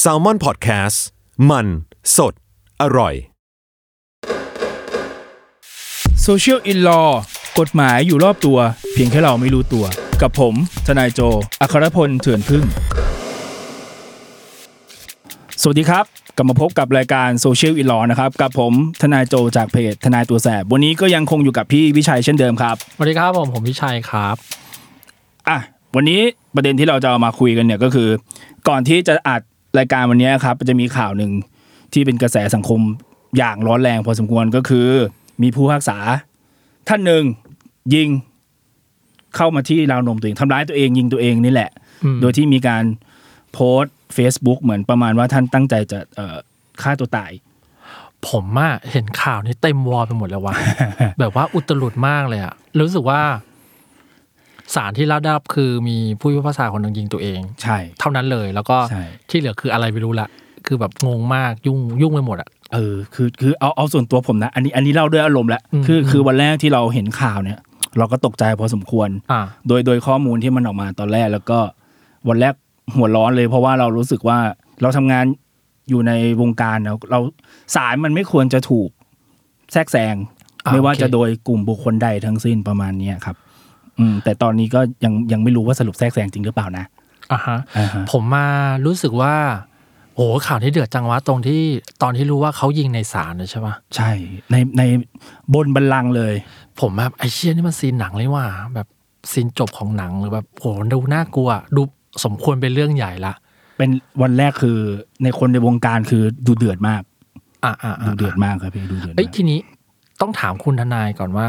แซลมอนพอดแคสต์มันสดอร่อย Social in Law กฎหมายอยู่รอบตัว เพียงแค่เราไม่รู้ตัว กับผม ทนายโจ อัครพลเถื่อนพึ่ง สวัสดีครับ กลับมาพบกับรายการ Social in Law นะครับ กับผม ทนายโจจากเพจ ทนายตัวแสบ วันนี้ก็ยังคงอยู่กับพี่วิชัยเช่นเดิมครับ สวัสดีครับผมผมพิชัยครับ อ่ะวันนี้ประเด็นที่เราจะเอามาคุยกันเนี่ยก็คือ ก่อนที่จะอัดรายการวันนี้ครับจะมีข่าวหนึ่งที่เป็นกระแสสังคมอย่างร้อนแรงพอสมควรก็คือ มีผู้พิพักษา ท่านหนึ่งยิงเข้ามาที่ราวนมตัวเองทำร้ายตัวเองยิงตัวเองนี่แหละ อืม โดยที่มีการโพสต์ Facebook เหมือนประมาณว่าท่านตั้งใจจะเอ่อฆ่าตัวตาย ผมอะเห็นข่าวนี้เต็มวอลไปหมดแล้ว วะ แบบว่าอุตลุดมากเลยอะรู้สึกว่าสารที่รับได้รับคือมีผู้พิพากษาคนหนึ่งยิงตัวเอง ใช่ เท่านั้นเลย แล้วก็ ใช่ ที่เหลือคืออะไรไม่รู้ละคือแบบงงมากยุ่งยุ่งไปหมดอะ เออคือคือเอาเอาส่วนตัวผมนะ อันนี้อันนี้เล่าด้วยอารมณ์แล้ว อืม คือ อืม คือวันแรกที่เราเห็นข่าวเนี่ย เราก็ตกใจพอสมควร อ่า โดยโดยข้อมูลที่มันออกมาตอนแรกแล้วก็วันแรกหัวร้อนเลย เพราะว่าเรารู้สึกว่าเราทำงานอยู่ในวงการเนอะเราสารมันไม่ควรจะถูกแทรกแซง อ่า ไม่ว่า โอเค จะโดยกลุ่มบุคคลใดทั้งสิ้นประมาณเนี้ยครับ อืมแต่ตอนนี้ก็ยังยังไม่รู้ว่าสรุปแทรกแซงจริงหรือเปล่านะ อ่าฮะ อ่าฮะ ผมมารู้สึกว่าโอ้ข่าวนี้เดือดจังวะตรงที่ตอนที่รู้ว่าเขายิงในศาลนะใช่ปะ ใช่ ในในบนบัลลังก์เลย ผมแบบไอเชี่ยนี่มันซีนหนังเลยว่ะแบบซีนจบของหนังหรือแบบโอ้ดูน่ากลัว ดูสมควรเป็นเรื่องใหญ่ละ เป็นวันแรกคือในคนในวงการคือดูเดือดมาก อ่าอ่า ดูเดือดมากครับพี่ดูเดือด เอ้ย มาก ทีนี้ต้องถามคุณทนายก่อนว่า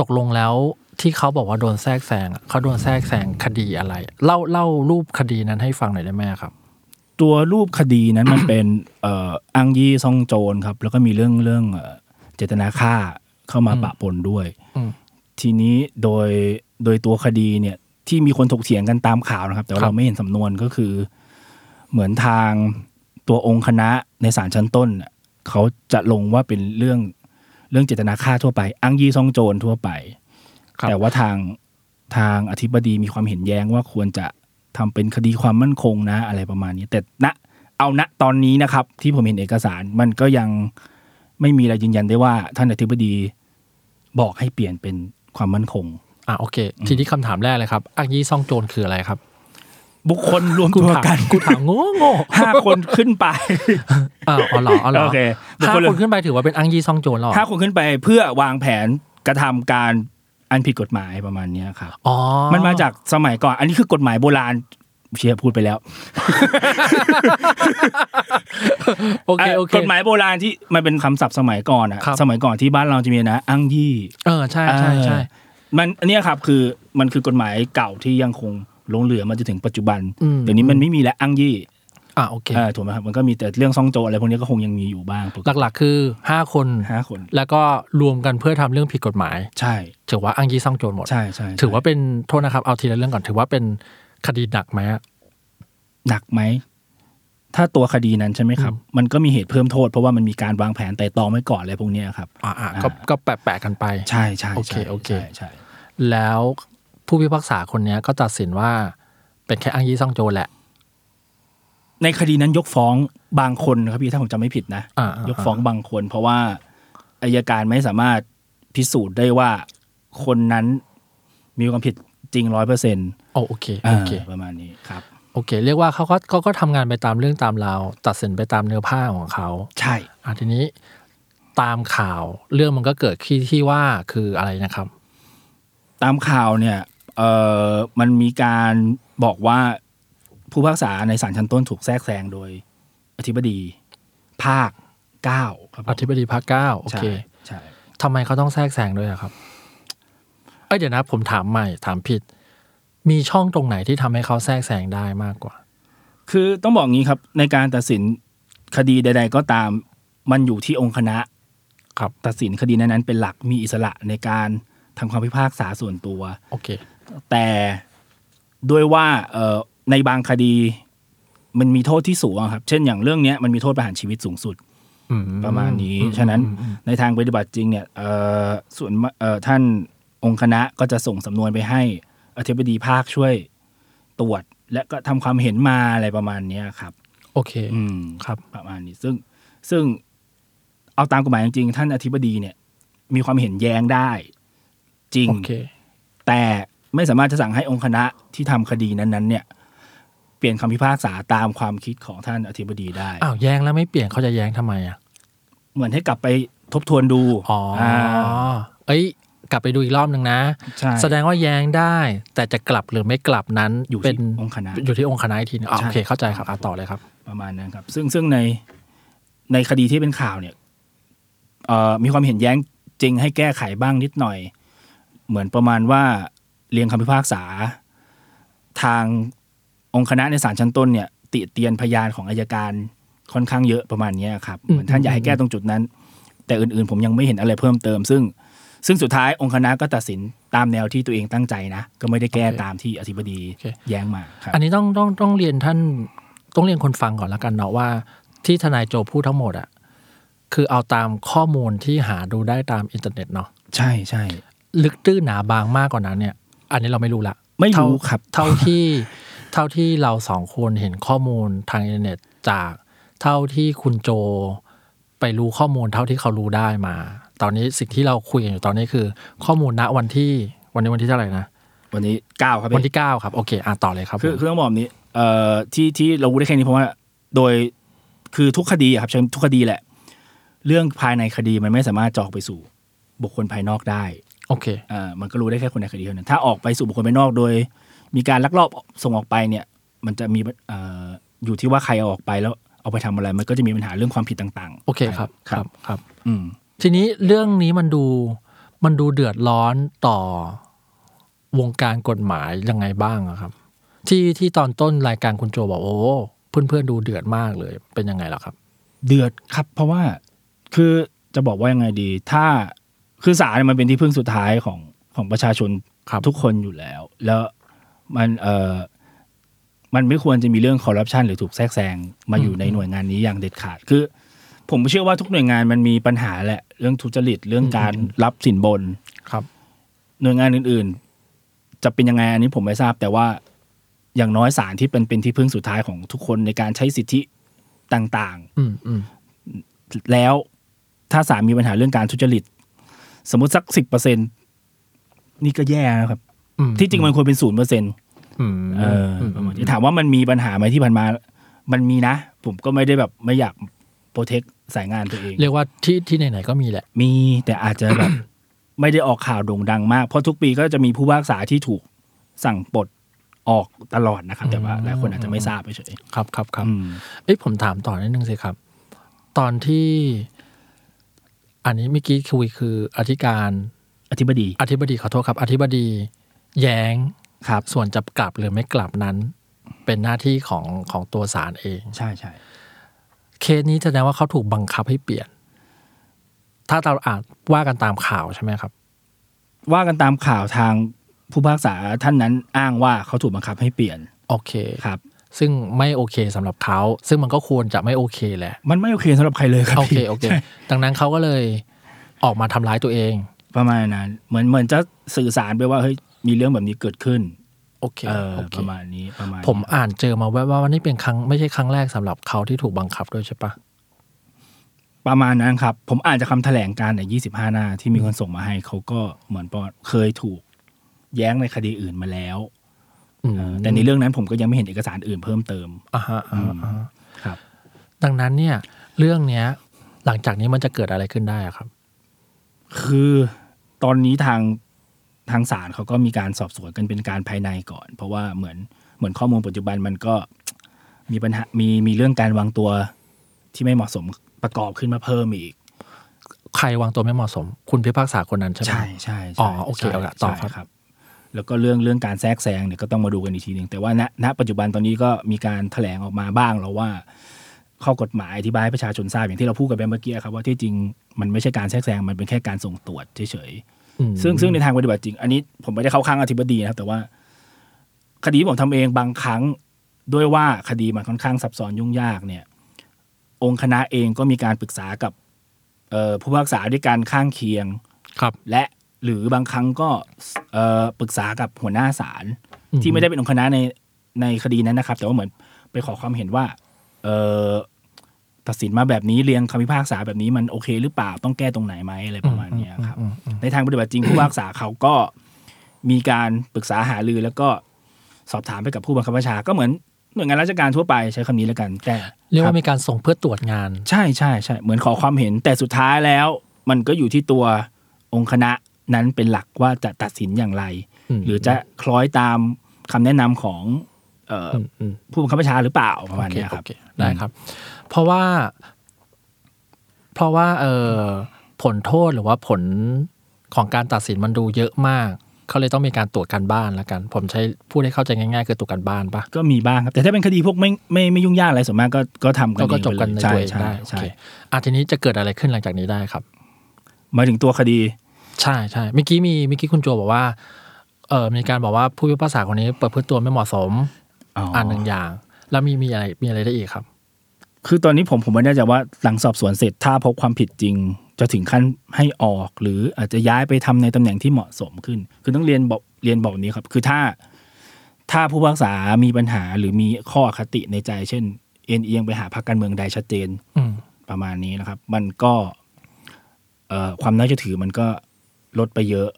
ตกลงแล้วที่เขาบอกว่าโดนแทรกแซงอะเขาโดนแทรกแซงคดีอะไร เล่าเล่ารูปคดีนั้นให้ฟังหน่อยได้ไหมครับ ตัวรูปคดีนั้นมัน เป็นเอ่ออังยี่ซองโจรครับ แล้วก็มีเรื่องเรื่องเอ่อเจตนาฆ่าเข้ามา อืม ปะปนด้วย อืม ทีนี้โดยโดยตัวคดีเนี่ยที่มีคนถกเถียงกันตามข่าวนะครับ แต่ว่า ครับ เราไม่เห็นสำนวนก็คือ เหมือนทางตัวองค์คณะในศาลชั้นต้นน่ะเขาจะลงว่าเป็นเรื่องเรื่องเจตนาฆ่าทั่วไป อังยี่ซองโจรทั่วไป ครับ แต่ว่าทางทางอธิบดีมีความเห็นแย้งว่าควรจะทำเป็นคดีความมั่นคงนะ อะไรประมาณนี้ แต่ณเอาณตอนนี้นะครับ ที่ผมเห็นเอกสารมันก็ยังไม่มีอะไรยืนยันได้ว่า ท่านอธิบดีบอกให้เปลี่ยนเป็นความมั่นคง อ่าโอเค ทีนี้คำถามแรกเลยครับอ้างยี่ซ่องโจรคืออะไรครับ บุคคลรวมตัว ถาม กัน กูถามโง่โง่ ห้าคนขึ้ นไป อ่าอ๋อเหรออ๋อเหรอ โอเคบุค ห้า คล คนขึ้นไปถือว่าเป็นอ้างยี่ซ่องโจรเหรอ ห้าคนขึ้นไปเพื่อวางแผนกระทำการอันผิดกฎหมายประมาณนี้ครับ อ๋อ มันมาจากสมัยก่อน อันนี้คือกฎหมายโบราณเชียพูดไปแล้ว โอเคโอเค อ่ะกฎหมายโบราณที่มันเป็นคำศัพท์สมัยก่อนอะ ครับ สมัยก่อนที่บ้านเราจะมีนะอ้างยี่ เออใช่ใช่ใช่ เออมันอันเนี้ยครับคือมันคือกฎหมายเก่าที่ยังคงหลงเหลือมาจนถึงปัจจุบัน อืม เดี๋ยวนี้มันไม่มีแล้วอ้างยี่ อ่าโอเค อ่าถูกไหมครับมันก็มีแต่เรื่องซ่องโจรอะไรพวกเนี้ยก็คงยังมีอยู่บ้างปกติ หลักๆคือห้าคน ห้าคน แล้วก็รวมกันเพื่อทำเรื่องผิดกฎหมาย ใช่ ถือว่าอ้างยี่ซ่องโจรหมด ใช่ใช่ ถือว่าเป็นโทษนะครับ เอาทีละเรื่องก่อนถือว่าเป็นคดีหนักไหมอะ หนักไหมถ้าตัวคดีนั้นใช่ไหมครับ มันก็มีเหตุเพิ่มโทษเพราะว่ามันมีการวางแผนไต่ตรองไว้ก่อนอะไรพวกเนี้ยครับ อ่าอ่าก็ อ่า ก็แปะแปะกันไป ใช่ใช่ โอเค ใช่ โอเค ใช่ใช่ แล้วผู้พิพากษาคนเนี้ยก็ตัดสินว่าเป็นแค่อ้างยี่ซ่องโจรแหละ ในคดีนั้นยกฟ้องบางคนนะครับพี่ถ้าผมจำไม่ผิดนะ อ่าย ย กฟ้องบางคน เพราะว่าอายการไม่สามารถพิสูจน์ได้ว่าคนนั้นมีความผิดจริงร้อยเปอร์เซ็นต์ โอโอเคโอเค ประมาณนี้ครับ โอเค เรียกว่าเขาก็เขาก็ทำงานไปตามเรื่องตามราวตัดสินไปตามเนื้อผ้าของเขา ใช่ อ่าทีนี้ตามข่าวเรื่องมันก็เกิดที่ที่ว่าคืออะไรนะครับ ตามข่าวเนี่ยเออมันมีการบอกว่าผู้พิพากษาในศาลชั้นต้นถูกแทรกแซงโดยอธิบดี ภาคเก้าครับผม อธิบดีภาคเก้าโอ ใช่ เค ใช่ ทำไมเขาต้องแทรกแซงด้วยอะครับเอ้ยเดี๋ยวนะ ผมถามใหม่ถามผิด มีช่องตรงไหนที่ทำให้เขาแทรกแซงได้มากกว่า คือต้องบอกงี้ครับในการตัดสินคดีใด ๆ ก็ตามมันอยู่ที่องค์คณะ ครับ ตัดสินคดีนั้นๆเป็นหลักมีอิสระในการทำความพิพากษาส่วนตัว โอเค แต่ด้วยว่าเอ่อในบางคดีมันมีโทษที่สูงอะครับ เช่นอย่างเรื่องเนี้ยมันมีโทษประหารชีวิตสูงสุด อื ประมาณนี้ ฉะนั้นในทางปฏิบัติจริงเนี่ยเอ่อส่วนมาเอ่อท่านองค์คณะก็จะส่งสำนวนไปให้อธิบดีภาคช่วยตรวจ และก็ทำความเห็นมาอะไรประมาณเนี้ยครับ โอเค อืม ครับ ประมาณนี้ซึ่งซึ่งเอาตามกฎหมายจริงๆท่านอธิบดีเนี่ย มีความเห็นแย้งได้จริง โอเค แต่ไม่สามารถจะสั่งให้องค์คณะที่ทำคดีนั้นๆ เนี่ย เปลี่ยนคำพิพากษาตามความคิดของท่านอธิบดีได้ อ้าวแย้งแล้วไม่เปลี่ยนเขาจะแย้งทำไมอ่ะ เหมือนให้กลับไปทบทวนดู อ๋ออาเอ้ย กลับไปดูอีกรอบหนึ่งนะ ใช่ แสดงว่าแย้งได้ แต่จะกลับหรือไม่กลับนั้น อยู่ เป็ ที่ น องค์คณะ อยู่ที่องค์คณะอีกทีหนึงอ่ะ ใช่ โอเคเข้าใจครับอ่ะต่อเลยครับ ประมาณนั้นครับ ซึ่งซึ่งในในคดีที่เป็นข่าวเนี่ยเอ่อมีความเห็นแย้งจริงให้แก้ไขบ้างนิดหน่อย เหมือนประมาณว่าเรียงคำพิพากษา ทางองค์คณะในศาลชั้นต้นเนี่ย ติเตียนพยานของอายการค่อนข้างเยอะประมาณเนี้ยครับ อืม เหมือนท่านอยากให้แก้ตรงจุดนั้น แต่อื่นๆ ผมยังไม่เห็นอะไรเพิ่มเติม ซึ่ง ซึ่งสุดท้ายองค์คณะก็ตัดสินตามแนวที่ตัวเองตั้งใจนะก็ไม่ได้แก้ตามที่อธิบดีแย้งมาครับ อันนี้ต้องต้องต้องเรียนท่านต้องเรียนคนฟังก่อนแล้วกันเนาะว่า ที่ทนายโจพูดทั้งหมดอะคือเอาตามข้อมูลที่หาดูได้ตามอินเทอร์เน็ตเนาะ ใช่ใช่ ลึกตื้อหนาบางมากกว่านั้นเนี่ย อันนี้เราไม่รู้ละ ไม่ เท่า รู้ครับ เท่าที่ เท่าที่เราสองคนเห็นข้อมูลทางอินเทอร์เน็ตจากเท่าที่คุณโจไปรู้ข้อมูลเท่าที่เขารู้ได้มา ตอนนี้สิ่งที่เราคุยกันอยู่ตอนนี้คือ ข้อมูลณวันที่วันนี้วันที่เท่าไหร่นะ วันนี้เก้าครับ วันที่ 9 ครับ โอเค อ่ะต่อเลยครับ คือ ผม คือต้องบอกแบบนี้เอ่อที่ที่เรารู้ได้แค่นี้เพราะว่าโดยคือทุกคดีอะครับเชิงทุกคดีแหละ เรื่องภายในคดีมันไม่สามารถจะออกไปสู่บุคคลภายนอกได้ โอเค อ่ามันก็รู้ได้แค่คนในคดีเท่านั้นถ้าออกไปสู่บุคคลภายนอกโดย มีการลักลอบส่งออกไปเนี่ย มันจะมีเอ่ออยู่ที่ว่าใครเอาออกไปแล้วเอาไปทำอะไร มันก็จะมีปัญหาเรื่องความผิดต่างๆ โอเคครับครับครับ อืม ทีนี้เรื่องนี้มันดูมันดูเดือดร้อนต่อวงการกฎหมายยังไงบ้างอะครับ ที่ที่ตอนต้นรายการคุณโจบอกโอ้เพื่อนเพื่อนๆดูเดือดมากเลยเป็นยังไงล่ะครับ เดือดครับ เพราะว่าคือจะบอกว่ายังไงดี ถ้าคือศาลเนี่ยมันเป็นที่พึ่งสุดท้ายของของประชาชน ครับ ทุกคนอยู่แล้ว แล้วมันเออมันไม่ควรจะมีเรื่องคอร์รัปชันหรือถูกแทรกแซงมาอยู่ อืม ในหน่วยงานนี้อย่างเด็ดขาด คือ ผมเชื่อว่าทุกหน่วยงานมันมีปัญหาแหละ เรื่องทุจริตเรื่องการ อืม รับสินบน ครับ หน่วยงานอื่นๆ จะเป็นยังไงอันนี้ผมไม่ทราบ แต่ว่าอย่างน้อยศาลที่เป็นเป็นที่พึ่งสุดท้ายของทุกคนในการใช้สิทธิต่าง ๆ อืมอืม แล้วถ้าศาลมีปัญหาเรื่องการทุจริต สมมติสักสิบเปอร์เซ็นนี่ก็แย่นะครับ อืม ที่จริงมันควรเป็นศูนย์เปอร์เซ็นต อืม เออ ม ประมาณนี้ถามว่ามันมีปัญหาไหมที่ผ่านมา มันมีนะ ผมก็ไม่ได้แบบไม่อยากโปรเทคสายงานตัวเอง เรียกว่าที่ที่ไหนๆก็มีแหละ มีแต่อาจจะแบบ ไม่ได้ออกข่าวโด่งดังมาก เพราะทุกปีก็จะมีผู้พิพากษาที่ถูกสั่งปลดออกตลอดนะครับ แต่ว่าหลายคนอาจจะไม่ทราบเฉย ครับครับๆครับ อืม เอ้ยผมถามต่อนิดนึงสิครับ ตอนที่ อันนี้เมื่อกี้คุยคืออธิการ อธิบดี อธิบดีขอโทษครับ อธิบดีแย้ง ครับ ส่วนจะกลับหรือไม่กลับนั้น เป็นหน้าที่ของของตัวศาลเอง ใช่ใช่ เคสนี้แสดงว่าเขาถูกบังคับให้เปลี่ยน ถ้าเราอ่านว่ากันตามข่าวใช่ไหมครับ ว่ากันตามข่าวทางผู้พิพากษาท่านนั้นอ้างว่าเขาถูกบังคับให้เปลี่ยน โอเค ครับ ซึ่งไม่โอเคสำหรับเขาซึ่งมันก็ควรจะไม่โอเคแหละ มันไม่โอเคสำหรับใครเลยครับ โอเค พี่ โอเค ใช่ ดังนั้นเขาก็เลยออกมาทำร้ายตัวเอง ประมาณนั้น เหมือนเหมือนจะสื่อสารไปว่าเฮ้ยมีเรื่องแบบนี้เกิดขึ้น โอเค เออ โอเค ประมาณนี้ประมาณนี้ ผมอ่านเจอมาแวบๆว่านี่เป็นครั้งไม่ใช่ครั้งแรกสำหรับเขาที่ถูกบังคับด้วยใช่ปะ ประมาณนั้นครับ ผมอ่านจากคำแถลงการณ์ในยี่สิบห้าหน้าที่มีคนส่งมาให้เขาก็เหมือนประมาณเคยถูกแย้งในคดีอื่นมาแล้ว อืม เออแต่ในเรื่องนั้นผมก็ยังไม่เห็นเอกสารอื่นเพิ่มเติม อ่าฮะอ่าฮะอ่าฮะ ครับ ดังนั้นเนี่ย เรื่องเนี้ย หลังจากนี้มันจะเกิดอะไรขึ้นได้อะครับ คือตอนนี้ทางทางศาลเขาก็มีการสอบสวนกันเป็นการภายในก่อน เพราะว่าเหมือนเหมือนข้อมูลปัจจุบันมันก็ มีปัญหามีมีเรื่องการวางตัวที่ไม่เหมาะสมประกอบขึ้นมาเพิ่มอีก ใครวางตัวไม่เหมาะสม คุณพิพากษาคนนั้นใช่ไหม ใช่ใช่ใช่ อ๋อโอเค ใช่ เอาละต่อ ใช่ ครับ แล้วก็เรื่องเรื่องการแทรกแซงเนี่ยก็ต้องมาดูกันอีกทีหนึ่งแต่ว่าณณปัจจุบันตอนนี้ก็มีการแถลงออกมาบ้างแล้วว่า ข้อกฎหมายอธิบายให้ประชาชนทราบอย่างที่เราพูดกันไปเมื่อกี้ครับว่าที่จริงมันไม่ใช่การแทรกแซงมันเป็นแค่การส่งตรวจเฉย อืม ๆซึ่งซึ่งในทางปฏิบัติจริง อันนี้ผมไม่ได้เข้าข้างอธิบดีนะครับ แต่ว่า คดีที่ผมทำเองบางครั้งด้วยว่าคดีมันค่อนข้างซับซ้อนยุ่งยากเนี่ย องค์คณะเองก็มีการปรึกษากับเอ่อผู้พิพากษาด้วยการข้างเคียง ครับ และหรือบางครั้งก็เอ่อปรึกษากับหัวหน้าศาล อื ที่ไม่ได้เป็นองค์คณะใน ในคดีนั้นนะครับ แต่ว่าเหมือนไปขอความเห็นว่า เออตัดสินมาแบบนี้เรียงคำพิพากษาแบบนี้มันโอเคหรือเปล่าต้องแก้ตรงไหนไหมอะไรประมาณเนี้ยครับ ในทางปฏิบัติจริง ผู้พิพากษาเขาก็มีการปรึกษาหารือแล้วก็สอบถามไปกับผู้บังคับบัญชาก็เหมือนหน่วยงานราชการทั่วไปใช้คำนี้แล้วกันแต่ เรียก คบ ว่ามีการส่งเพื่อตรวจงาน ใช่ใช่ใช่เหมือนขอความเห็นแต่สุดท้ายแล้ว มันก็อยู่ที่ตัวองค์คณะนั้นเป็นหลักว่าจะตัดสินอย่างไร อืม หรือจะคล้อยตามคำแนะนำของเอ่ออ มอืม ผู้บังคับบัญชาหรือเปล่าประมาณเนี้ย โอ ครับ เโอเได้ครับ เพราะว่า เพราะว่าเออผลโทษหรือว่าผลของการตัดสินมันดูเยอะมาก เขาเลยต้องมีการตรวจการบ้านละกัน ผมใช้พูดให้เข้าใจง่ายๆ คือตรวจการบ้านปะ ก็มีบ้างครับ แต่ถ้าเป็นคดีพวกไม่ไม่ไม่ยุ่งยากอะไรส่วนมากก็ก็ทำกัน แล้วก็ เอง จบกันใน ไป ตั เล วย เอง ใช่ ได้ ใช่ใช่โอเคอ่ะทีนี้จะเกิดอะไรขึ้นหลังจากนี้ได้ครับ หมายถึงตัวคดี ใช่ใช่เมื่อกี้มีเมื่อกี้คุณโจบอกว่า เออมีการบอกว่าผู้พิพากษาคนนี้เปิดพื้นตัวไม่เหมาะสม อ๋ออ อ่านหนึ่งอย่าง แล้วมีมีอะไรมีอะไรได้อีกครับ คือตอนนี้ผมผมไม่แน่ใจว่าหลังสอบสวนเสร็จถ้าพบความผิดจริง จะถึงขั้นให้ออก หรืออาจจะย้ายไปทำในตำแหน่งที่เหมาะสมขึ้น คือต้องเรียนบอกเรียนบอกนี้ครับ คือถ้า ถ้าผู้พิพากษามีปัญหาหรือมีข้ออคติในใจ เช่น เอ็นเอียงไปหาพรรคการเมืองใดชัดเจน อืม ประมาณนี้นะครับ มันก็เอ่อความน่าเชื่อถือมันก็ลดไปเยอะ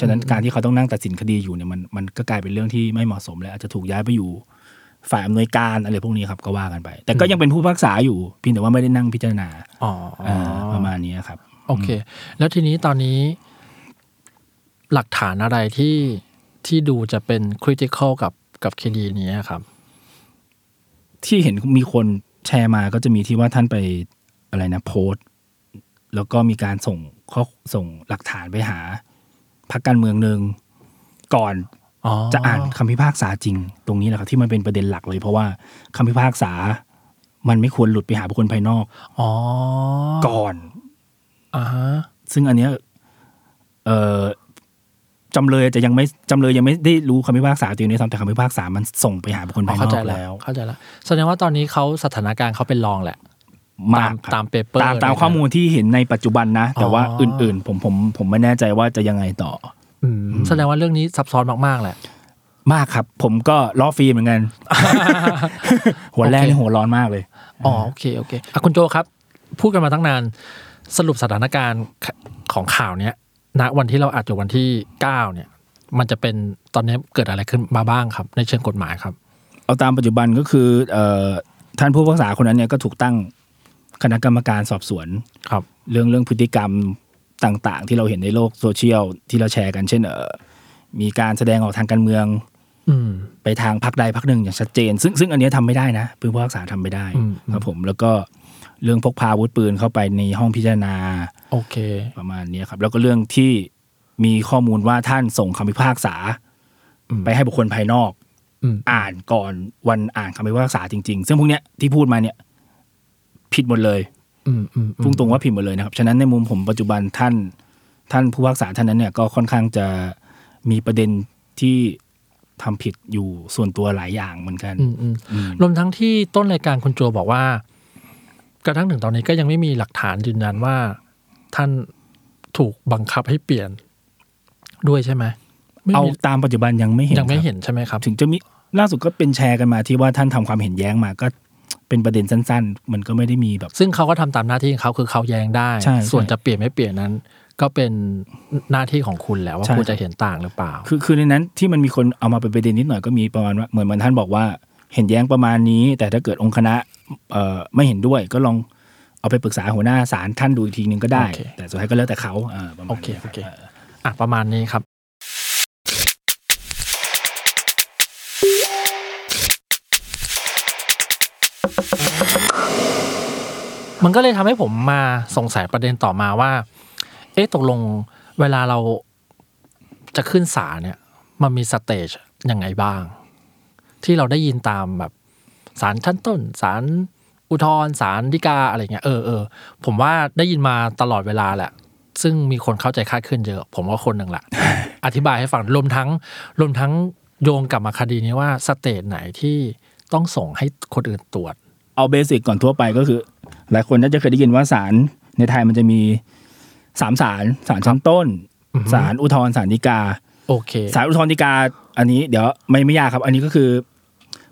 ฉะนั้นการที่เขาต้องนั่งตัดสินคดีอยู่เนี่ยมันมันก็กลายเป็นเรื่องที่ไม่เหมาะสมแล้วอาจจะถูกย้ายไปอยู่ ฝ่ายอำนวยการอะไรพวกนี้ครับก็ว่ากันไป แต่ก็ยังเป็นผู้พิพักษาอยู่เพียงแต่ว่าไม่ได้นั่งพิจารณา อ๋ออ าประมาณนี้ครับ โอเค แล้วทีนี้ตอนนี้ หลักฐานอะไรที่ที่ดูจะเป็นคริติคอลกับกับคดีนี้ครับ ที่เห็นมีคนแชร์มาก็จะมีที่ว่าท่านไปอะไรนะโพสต์ แล้วก็มีการส่งข้อส่งหลักฐานไปหาพรรคการเมืองหนึ่งก่อน อ๋อ จะอ่านคำพิพากษาจริง ตรงนี้แหละครับ ที่มันเป็นประเด็นหลักเลย เพราะว่าคำพิพากษา มันไม่ควรหลุดไปหาบุคคลภายนอก อ๋อ ก่อน อ่าฮะ ซึ่งอันเนี้ยเออจำเลยจะยังไม่จำเลยยังไม่ได้รู้คำพิพากษาตัวนี้ซ้ำแต่คำพิพากษามันส่งไปหาบุคคล อ๋อ ภายน เข้า อ ใจ ก แล้ แล้ว ว เข้าใจแล้วแสดงว่าตอนนี้เขาสถานการณ์เขาเป็นรองแหละ มาก ตามตาม paper ตาม เลยนะ ตามข้อมูลที่เห็นในปัจจุบันนะ แต่ว่า อ๋ อ ออื่ ื่นๆ ผมผมผมไม่แน่ใจว่าจะยังไงต่อ อืมแสดงว่าเรื่องนี้ซับซ้อนมากๆแหละ มากครับ ผมก็ล้อฟรีเหมือน กัน หัวแรก โอเค นี่หัวร้อนมากเลย อ๋อโอเคโอเคอ่ะคุณโจครับ พูดกันมาตั้งนาน สรุปสถานการณ์ขของข่าวเนี้ยณวันที่เราอัดอยู่วันที่เก้าเนี่ย มันจะเป็นตอนนี้เกิดอะไรขึ้นมาบ้างครับ ในเชิงกฎหมายครับ เอาตามปัจจุบันก็คือเอ่อท่านผู้พิพักษาคนนั้นเนี่ยก็ถูกตั้งคณะกรรมการสอบสวน ครับ เรื่องเรื่องพฤติกรรมต่างๆ ที่เราเห็นในโลกโซเชียลที่เราแชร์กันเช่นเออมีการแสดงออกทางการเมือง อืม ไปทางพักใดพักหนึ่งอย่างชัดเจน ซึ่งซึ่งอันเนี้ยทำไม่ได้นะผู้พิพากษาทำไม่ได้ อืม ครับผมแล้วก็เรื่องพกพาอาวุธปืนเข้าไปในห้องพิจารณา โอเค ประมาณเนี้ยครับ แล้วก็เรื่องที่มีข้อมูลว่าท่านส่งคำพิพากษา อืม ไปให้บุคคลภายนอก อืม อ่านก่อนวันอ่านคำพิพากษาจริง ๆ ซึ่งพวกเนี้ยที่พูดมาเนี่ย ผิดหมดเลย อืมอืมอืม พุ่งตรงว่าผิดหมดเลยนะครับ ฉะนั้นในมุมผมปัจจุบันท่าน ท่านผู้พิพักษาท่านนั้นเนี่ยก็ค่อนข้างจะมีประเด็นที่ทำผิดอยู่ส่วนตัวหลายอย่างเหมือนกัน อืมอืม อืม รวมทั้งที่ต้นรายการคุณโจบอกว่า กระทั่งถึงตอนนี้ก็ยังไม่มีหลักฐานยืนยันว่า ท่านถูกบังคับให้เปลี่ยน ด้วยใช่ไหมไม่ เอา มี ตามปัจจุบันยังไม่เห็น ยังไม่ ครับ เห็นใช่ไหมครับ ถึงจะมีล่าสุดก็เป็นแชร์กันมาที่ว่าท่านทำความเห็นแย้งมาก็เป็นประเด็นสั้น ๆ มันก็ไม่ได้มีแบบ ซึ่งเขาก็ทำตามหน้าที่ของเขาคือเขาแย้งได้ ใช่ใช่ ส่วนจะเปลี่ยนไม่เปลี่ยนนั้น ก็เป็นหน้าที่ของคุณแหล้วว่า ใช่ คุณจะเห็นต่างหรือเปล่า คือคือในนั้นที่มันมีคนเอามาเป็นประเด็นนิดหน่อยก็มีประมาณว่าเหมือนเหมือนท่านบอกว่าเห็นแย้งประมาณนี้ แต่ถ้าเกิดองค์คณะเอ่อไม่เห็นด้วยก็ลองเอาไปปรึกษาหัวหน้าศาลท่านดูอีกทีนึงก็ได้ โอเค แต่สุดท้ายก็แล้วแต่เขาอ่าประมาณ โอเค นี้ โอเค ครับ อ่ะประมาณนี้ครับ มันก็เลยทำให้ผมมาสงสัยประเด็นต่อมาว่า เอ๊ะตกลงเวลาเราจะขึ้นศาลเนี่ย มันมีสเตจยังไงบ้าง ที่เราได้ยินตามแบบศาลชั้นต้นศาลอุทธรณ์ศาลฎีกาอะไรเงี้ยเออเออผมว่าได้ยินมาตลอดเวลาแหละ ซึ่งมีคนเข้าใจคลาดเคลื่อนเยอะ ผมก็คนหนึ่งละ อธิบายให้ฟังรวมทั้งรวมทั้งโยงกลับมาคดีนี้ว่าสเตจไหนที่ต้องส่งให้คนอื่นตรวจ เอาเบสิกก่อนทั่วไปก็คือ หลายคนน่าจะเคยได้ยินว่าศาลในไทยมันจะมีสามศาลศาลชั้นต้นศาลอุทธรณ์ศาลฎีกา โอเค ศาลอุทธรณ์ฎีกา อันนี้เดี๋ยวไม่ไม่ยากครับ อันนี้ก็คือ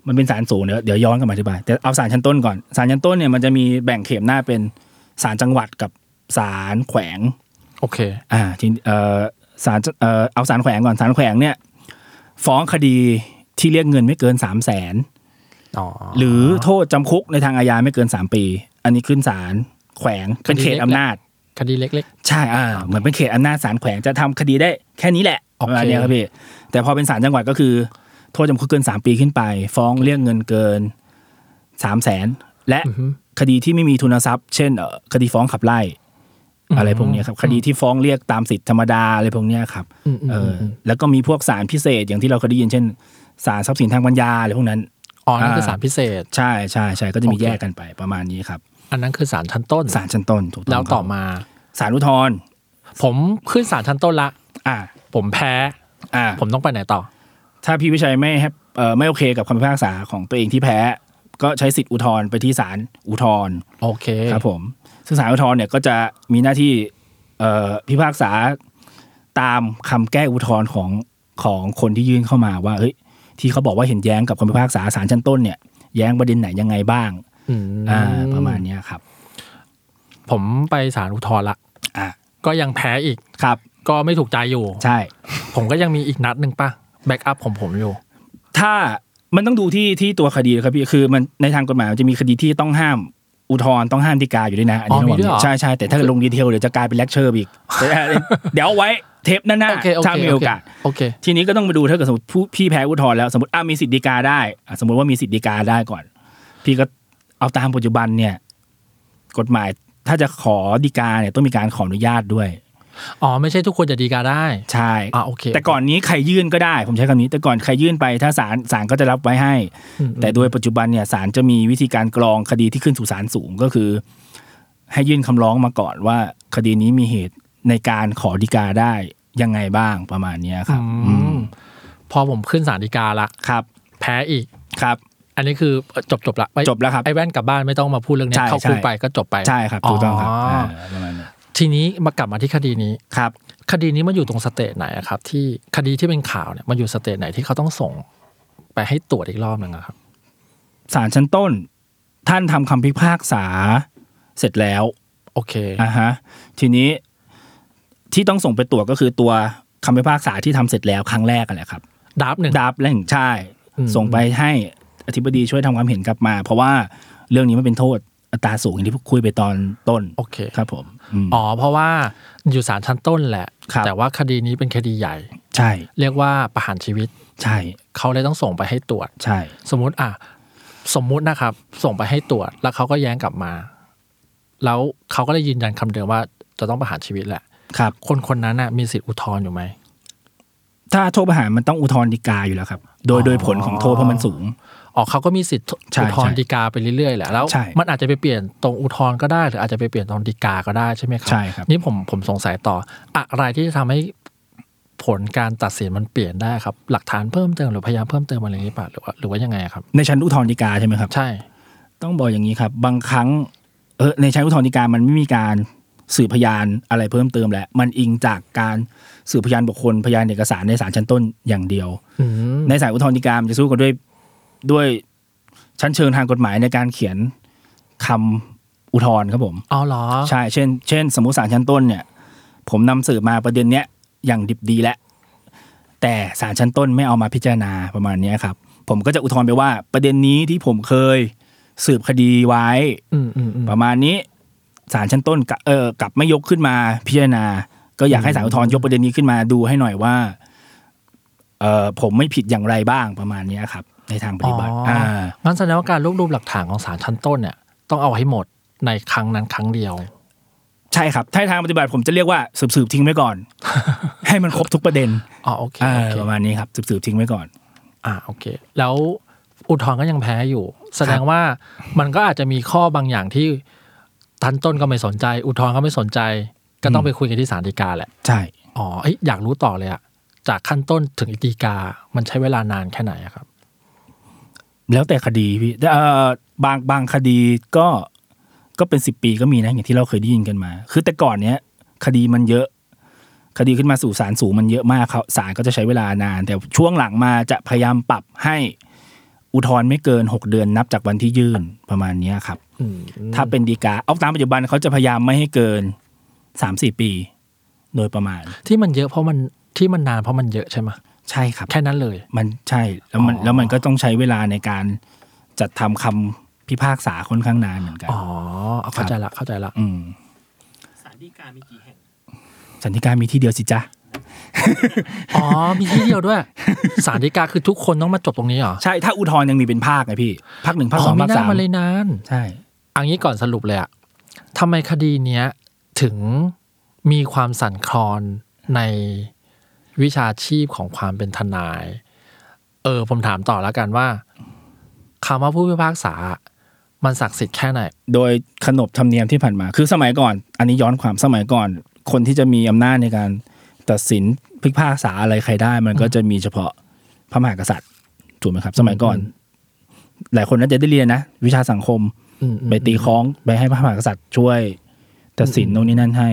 มันเป็นศาลสูงเดี๋ยวเดี๋ยวย้อนกลับมาอธิบาย แต่เอาศาลชั้นต้นก่อนศาลชั้นต้นเนี่ยมันจะมีแบ่งเขตหน้าจเป็นศาลจังหวัดกับศาลแขวง โอเค อ่าทีนี้เอ่อศาลเอ่อเอาศาลแขวงก่อนศาลแขวงเนี่ยฟ้องคดีที่เรียกเงินไม่เกินสามแสน อ๋อ หรือโทษจำคุกในทางอาญาไม่เกินสามปี อันนี้ขึ้นศาลแขวงเป็นเขตอำนาจ คดีเล็ก ใช่อ่าเหมือนเป็นเขตอำนาจศาลแขวงจะทำคดีได้แค่นี้แหละ โอ ป เค ระมาณเนี้ยครับพี่แต่พอเป็นศาลจังหวัดก็คือ โทษจำคุกเกิน 3 ปีขึ้นไป ฟ้องเรียกเงินเกิน 3 0 0แสนและคดีที่ไม่มีทุนทรัพย์ เช่นเอ่อคดีฟ้องขับไล่ อะไรพวกเนี้ยครับคดีที่ฟ้องเรียกตามสิทธิธรรมดาอะไรพวกเนี้ยครับเอออแล้วก็มีพวกศาลพิเศษอย่างที่เราเคยได้ยินเช่นศาลทรัพย์สินทางปัญญาอะไรพวกนั้น ๆ อ๋อ นั่น อ่า คือสารพิเศษ ใช่ใช่ใช่ก็จะมี โอเค แยกกันไปประมาณนี้ครับ อันนั้นคือสารชั้นต้น ศาลชั้นต้นถูกต้อง แล้วต่อ ครับ มา ศาลอุทธรณ์ ผมขึ้นสารชั้นต้นละ อ่า ผมแพ้ อ่า ผมต้องไปไหนต่อ ถ้าพี่วิชัยไม่แฮปเอ่อไม่โอเคกับคำพิพากษาของตัวเองที่แพ้ ก็ใช้สิทธิ์อุทธรณ์ไปที่ศาลอุทธรณ์ โอเค ครับผมซึ่งศาลอุทธรณ์เนี่ยก็จะมีหน้าที่เอ่อพิพากษาตามคำแก้อุทธรณ์ของของคนที่ยื่นเข้ามาว่าเฮ้ยที่เขาบอกว่าเห็นแย้งกับคำพิพากษาศาลชั้นต้นเนี่ยแย้งประเด็นไหนยังไงบ้าง อืม อ่าประมาณเนี้ยครับ ผมไปสารอุทธรณ์ละ อ่ะ ก็ยังแพ้อีก ครับ ก็ไม่ถูกใจอยู่ ใช่ ผมก็ยังมีอีกนัดหนึ่งป่ะ แบ็กอัพผมผมอยู่ ถ้ามันต้องดูที่ที่ตัวคดีนะครับพี่คือมันในทางกฎหมายมันจะมีคดีที่ต้องห้ามอุทธรณ์ต้องห้ามฎีกาอยู่ด้วยนะอันนี้ อ๋อมีด้วย ต้งเหรอ ใช่ใช่แต่ถ้าเกิดลงดีเทลเดี๋ยวจะกลายเป็นเลคเชอร์อีกแต่เดี๋ยวเอาไว้เทปหน้า โอเคโอ ๆ เค ถ้ามีโอกาส โอเค ทีนี้ก็ต้องมาดูถ้าเกิดสมมติผู้พี่แพ้อุทธรณ์แล้วสมมติอ่ะมีสิทธิฎีกาได้อ่ะสมมติว่ามีสิทธิฎีกาได้ก่อน พี่ก็เอาตามปัจจุบันเนี่ย กฎหมายถ้าจะขอฎีกาเนี่ยต้องมีการขออนุญาตด้วย อ๋อ ไม่ใช่ทุกคนจะดีกาได้ ใช่ อ่าโอเค แต่ก่อนนี้ใครยื่นก็ได้ ผมใช้คำนี้ แต่ก่อนใครยื่นไปถ้าศาลศาลก็จะรับไว้ให้ อืม แต่โดยปัจจุบันเนี่ยศาลจะมีวิธีการกรองคดีที่ขึ้นสู่ศาลสูงก็คือ ให้ยื่นคำร้องมาก่อนว่า คดีนี้มีเหตุในการขอฎีกาได้ยังไงบ้างประมาณเนี้ยครับ อืมพอผมขึ้นสารดีกาละ ครับ แพ้อีก ครับ อันนี้คือจบจบละไอ้ จบแล้วครับ ไอ้แว่นกลับบ้านไม่ต้องมาพูดเรื่องเนี้ ใช่ ยเข้าคุก ใช่ ไปก็จบไป ใช่ครับถูกต้องครับ อา ประมาณนั้น ทีนี้มากลับมาที่คดีนี้ ครับ คดีนี้มันอยู่ตรงสเตจไหนอะครับ ที่คดีที่เป็นข่าวเนี่ยมันอยู่สเตจไหนที่เขาต้องส่ง ไปให้ตรวจอีกรอบหนึ่งอะครับ ศาลชั้นต้น ท่านทำคำพิพากษาเสร็จแล้ว โอเค อ่าฮะทีนี้ที่ต้องส่งไปตรวจก็คือตัวคำพิพากษาที่ทำเสร็จแล้วครั้งแรกกันแหละครับ ดับหนึ่ง ดับแหล่งใช่ อืม ส่งไปให้อธิบดีช่วยทำความเห็นกลับมา เพราะว่าเรื่องนี้มันเป็นโทษอัตราสูงอย่างที่คุยไปตอนต้น โอเค ครับผมอืม อ๋อเพราะว่าอยู่ศาลชั้นต้นแหละ ครับ แต่ว่าคดีนี้เป็นคดีใหญ่ ใช่ เรียกว่าประหารชีวิต ใช่ เขาเลยต้องส่งไปให้ตรวจ ใช่ สมมติอ่ะสมมุตินะครับ ส่งไปให้ตรวจแล้วเขาก็แย้งกลับมา แล้วเขาก็เลยยืนยันคำเดิมว่าจะต้องประหารชีวิตแหละ ครับ คนคนนั้นน่ะมีสิทธิ์อุทธรณ์อยู่ไหม ถ้าโทษประหารมันต้องอุทธรณ์ฎีกาอยู่แล้วครับ โดย อ๋อ โดยผลของโทษเพราะมันสูง อ๋อเขาก็มีสิทธิ์ ใช่ อุทธรณ์ ใช่ ฎีกาไปเรื่อยๆแหละแล้ว ใช่ มันอาจจะไปเปลี่ยนตรงอุทธรณ์ก็ได้หรืออาจจะไปเปลี่ยนตรงฎีกาก็ได้ใช่ไหมครั ใช่ครับ นี่ผมผมสงสัยต่อ อะไรที่จะทำให้ผลการตัดสินมันเปลี่ยนได้ครับ หลักฐานเพิ่มเติมหรือพยานเพิ่มเติมอะไรอย่างนี้ป่ะหรือว่าหรือว่ายังไงอะครับ ในชั้นอุทธรณ์ฎีกาใช่ไหมครับ ใช่ ต้องบอกอย่างนี้ครับ บางครั้งเออในชั้นอุทธรณ์ฎีกามันไม่มีการสืบพยานอะไรเพิ่มเติมแหละ มันอิงจากการสืบพยานบุคคลพยานเอกสารในศาลชั้นต้นอย่างเดียว อืม ในศาลอุทธรณ์ฎีกามันจะสู้กันด้วยด้วยชั้นเชิงทางกฎหมายในการเขียนคำอุทธรณ์ครับผม เอาเหรอ ใช่เช่น เช่น สมมติศาลชั้นต้นเนี่ย ผมนำสืบมาประเด็นเนี้ยอย่างดิบดีแล้วแต่ศาลชั้นต้นไม่เอามาพิจารณาประมาณเนี้ยครับ ผมก็จะอุทธรณ์ไปว่า ประเด็นนี้ที่ผมเคยสืบคดีไว้ อืมอืมอืม ประมาณนี้ศาลชั้นต้นกะเออกลับไม่ยกขึ้นมาพิจารณา ก็อยากให้ศาลอุทธรณ์ยกประเด็นนี้ขึ้นมาดูให้หน่อยว่าเออผมไม่ผิดอย่างไรบ้างประมาณเนี้ยครับ ในทางป อ๋อ ฏิบัติอ่า งั้นแสดงว่าการรวบรวมหลักฐานของศาลชั้นต้นเนี่ย ต้องเอาให้หมดในครั้งนั้นครั้งเดียว ใช่ครับถ้าในทางปฏิบัติผมจะเรียกว่าสืบสืบทิ้งไว้ ก่อน ให้มันครบทุกประเด็น อ๋อโอเค อ่า โอเค ประมาณนี้ครับสืบสืบทิ้งไว้ก่อน อ่าโอเค แล้วอุทธรณ์ก็ยังแพ้อยู่ แสดงว่ามันก็อาจจะมีข้อบางอย่างที่ทันต้นก็ไม่สนใจ อุทธรณ์ก็ไม่สนใจ ก็ต้อง อืม ไปคุยกันที่ศาลฎีกาแหละ ใช่ อ๋อเอ้ยอยากรู้ต่อเลยอะจากขั้นต้นถึงฎีกา มันใช้เวลานานแค่ไหนอะครับ แล้วแต่คดีพี่แต่เอ่อบางบางคดีก็ก็เป็นสิบปีก็มีนะอย่างที่เราเคยได้ยินกันมา คือแต่ก่อนเนี้ย คดีมันเยอะ คดีขึ้นมาสู่ศาลสูงมันเยอะมากเขาศาลก็จะใช้เวลานาน แต่ช่วงหลังมาจะพยายามปรับให้ อุทธรณ์ไม่เกิน 6 เดือนนับจากวันที่ยื่นประมาณเนี้ยครับ อืม ถ้าเป็นดีกาเอาตามปัจจุบันเขาจะพยายามไม่ให้เกิน 3-4 ปี โดยประมาณ ที่มันเยอะเพราะมันที่มันนานเพราะมันเยอะใช่ไหม ใช่ครับ แค่นั้นเลย มันใช่แล้วมัน อ๋อ แล้วมันก็ต้องใช้เวลาในการจัดทำคำพิพากษาค่อนข้างนานเหมือนกัน อ๋อเอาเข้าใจละเข้าใจละ อืม สารดีกามีกี่แห่ง สันติการมีที่เดียวสิจ๊ะ อ๋อมีที่เดียวด้วย สารดีกาคือทุกคนต้องมาจบตรงนี้เหรอ ใช่ถ้าอุทธรณ์ยังมีเป็นภาคไงพี่ภาคหนึ่งภาคสอง ไม่ ภาค น่า สาม มาเลยนาน ใช่ อันนี้ก่อนสรุปเลยอะทำไมคดีเนี้ยถึงมีความสั่นคลอนในวิชาชีพของความเป็นทนาย เออ ผมถามต่อแล้วกันว่าคำว่าผู้พิพากษา มันศักดิ์สิทธิ์แค่ไหน โดยขนบธรรมเนียมที่ผ่านมา คือสมัยก่อน อันนี้ย้อนความสมัยก่อน คนที่จะมีอำนาจในการตัดสินพิพากษาอะไรใครได้ มันก็จะมีเฉพาะพระมหากษัตริย์ถูกไหมครับ สมัยก่อน หลายคนน่าจะได้เรียนนะ วิชาสังคม อืม ไปตีคล้องไปให้พระมหากษัตริย์ช่วยตัดสินโน่นนี่นั่นให้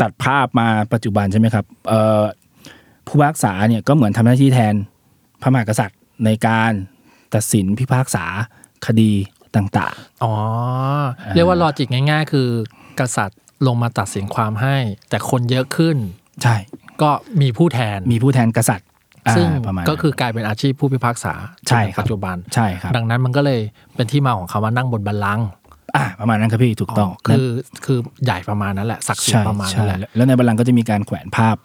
ตัดภาพมาปัจจุบันใช่ไหมครับเอ่อผู้พิพากษาเนี่ยก็เหมือนทำหน้าที่แทนพระมหากษัตริย์ในการตัดสินพิพากษาคดีต่าง อ๋อ เรียกว่าลอจิกง่าย ๆ คือกษัตริย์ลงมาตัดสินความให้ แต่คนเยอะขึ้น ๆ ใช่ ก็มีผู้แทน มีผู้แทนกษัตริย์อ่า ซึ่ง ประมาณ ก็คือกลายเป็นอาชีพผู้พิพากษา ใช่ครับ ปัจจุบัน ใช่ครับ ดังนั้นมันก็เลยเป็นที่มาของคำว่านั่งบนบัลลังก์ อ่าประมาณนั้นครับพี่ถูกต้อง คือคือใหญ่ประมาณนั้นแหละศักดิ์ศรี ใช่ ประมาณ ใช่ นั้นแหละ แล้วในบัลลังก์ก็จะมีการแขวนภาพ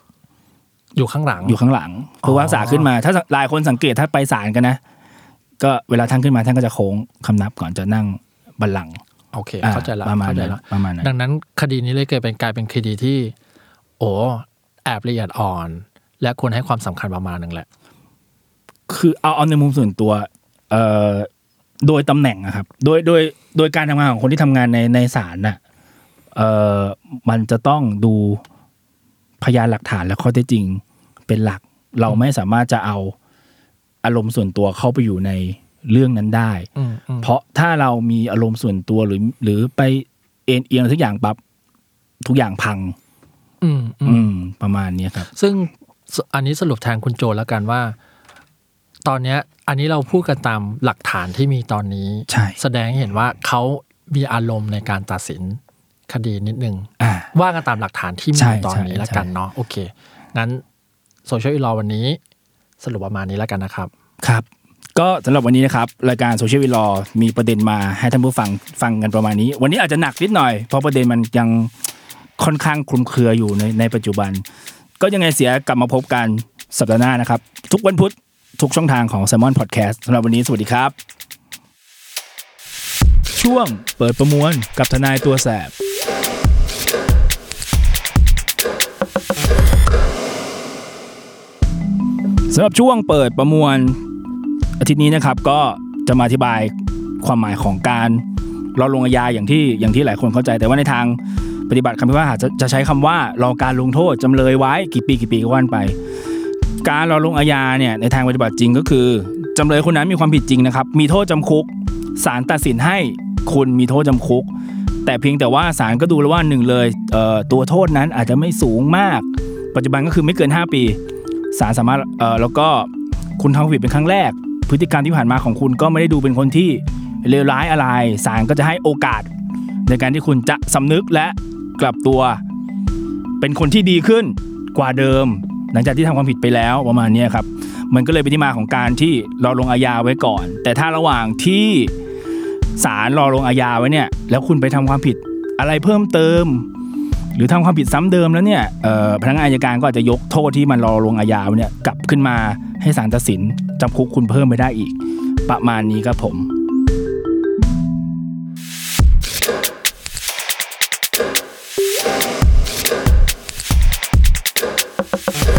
อยู่ข้างหลัง อยู่ข้างหลังผู้พิพากษาขึ้นมา ถ้าหลายคนสังเกตถ้าไปศาลกันนะ ก็เวลาท่านขึ้นมาท่านก็จะโค้งคำนับก่อนจะนั่งบัลลังก์ โอเค อ่ เข้าใจละ ประมาณ เข้าใจ นั้น ละ ประมาณนั้ ดั น งนั้นคดีนี้เลยเกิดเป็นกลายเป็นคดีที่ โอ้แอบละเอียดอ่อน และควรให้ความสำคัญประมาณหนึ่งแหละ คือเอาเอาในมุมส่วนตัวเอ่อโดยตำแหน่งนะครับ โดยโดยโดยการทำงานของคนที่ทำงานในในศาลน่ะเอ่อมันจะต้องดูพยานหลักฐานและข้อเท็จจริงเป็นหลัก เราไม่สามารถจะเอาอารมณ์ส่วนตัวเข้าไปอยู่ในเรื่องนั้นได้ อืมอืม เพราะถ้าเรามีอารมณ์ส่วนตัวหรือ หรือไปเอ็นเอียงทุกอย่างปั๊บทุกอย่างพัง อืมอืม อืม ประมาณเนี้ยครับ ซึ่งสอันนี้สรุปแทนคุณโจแล้วกันว่า ตอนเนี้ย อันนี้เราพูดกันตามหลักฐานที่มีตอนนี้ ใช่ แสดงให้เห็นว่าเขามีอารมณ์ในการตัดสินคดีนิดนึง อ่า ว่ากันตามหลักฐานที่มี ใช่ ตอน ใช่ นี้แล้วกัน ใช่ เนาะโอเค งั้นโซเชียลอีลอวันนี้ สรุปประมาณนี้แล้วกันนะครับ ครับ ก็สำหรับวันนี้นะครับ รายการโซเชียลวิลอมีประเด็นมาให้ท่านผู้ฟังฟังกันประมาณนี้ วันนี้อาจจะหนักนิดหน่อย เพราะประเด็นมันยังค่อนข้างคลุมเครืออยู่ในในปัจจุบัน ก็ยังไงเสียกลับมาพบกันสัปดาห์หน้านะครับ ทุกวันพุธทุกช่องทางของ s ซ m o n Podcast สำหรับวันนี้สวัสดีครับ ช่วงเปิดประมวลกับทนายตัวแสบ สำหรับช่วงเปิดประมวลอาทิตย์นี้นะครับก็จะมาอธิบายความหมายของการรอลงอาญาอย่างที่อย่างที่หลายคนเข้าใจ แต่ว่าในทางปฏิบัติคำพิพากษาจะจะใช้คำว่ารอการลงโทษจำเลยไว้กี่ปีกี่ปีก็ว่านไป การรอลงอาญาเนี่ยในทางปฏิบัติจริงก็คือจำเลยคนนั้นมีความผิดจริงนะครับ มีโทษจำคุกศาลตัดสินให้คุณมีโทษจำคุก แต่เพียงแต่ว่าศาลก็ดูแล้วว่าหนึ่งเลยเอ่อตัวโทษนั้นอาจจะไม่สูงมาก ปัจจุบันก็คือไม่เกิน 5 ปี สารสามารถเอ่อแล้วก็คุณทำความผิดเป็นครั้งแรก พฤติกรรมที่ผ่านมาของคุณก็ไม่ได้ดูเป็นคนที่เลวร้ายอะไรศาลก็จะให้โอกาส ในการที่คุณจะสำนึกและกลับตัว เป็นคนที่ดีขึ้นกว่าเดิม หลังจากที่ทำความผิดไปแล้วประมาณเนี้ยครับ มันก็เลยเป็นที่มาของการที่รอลงอาญาไว้ก่อน แต่ถ้าระหว่างที่ศาลรอลงอาญาไว้เนี่ย แล้วคุณไปทำความผิดอะไรเพิ่มเติม หรือทำความผิดซ้ำเดิมแล้วเนี่ยเอ่อพนักงานอัยการก็อาจจะยกโทษที่มันรอลงอาญาไว้เนี่ยกลับขึ้นมาให้ศาลตัดสินจำคุกคุณเพิ่มไปได้อีก ประมาณนี้ครับผม ส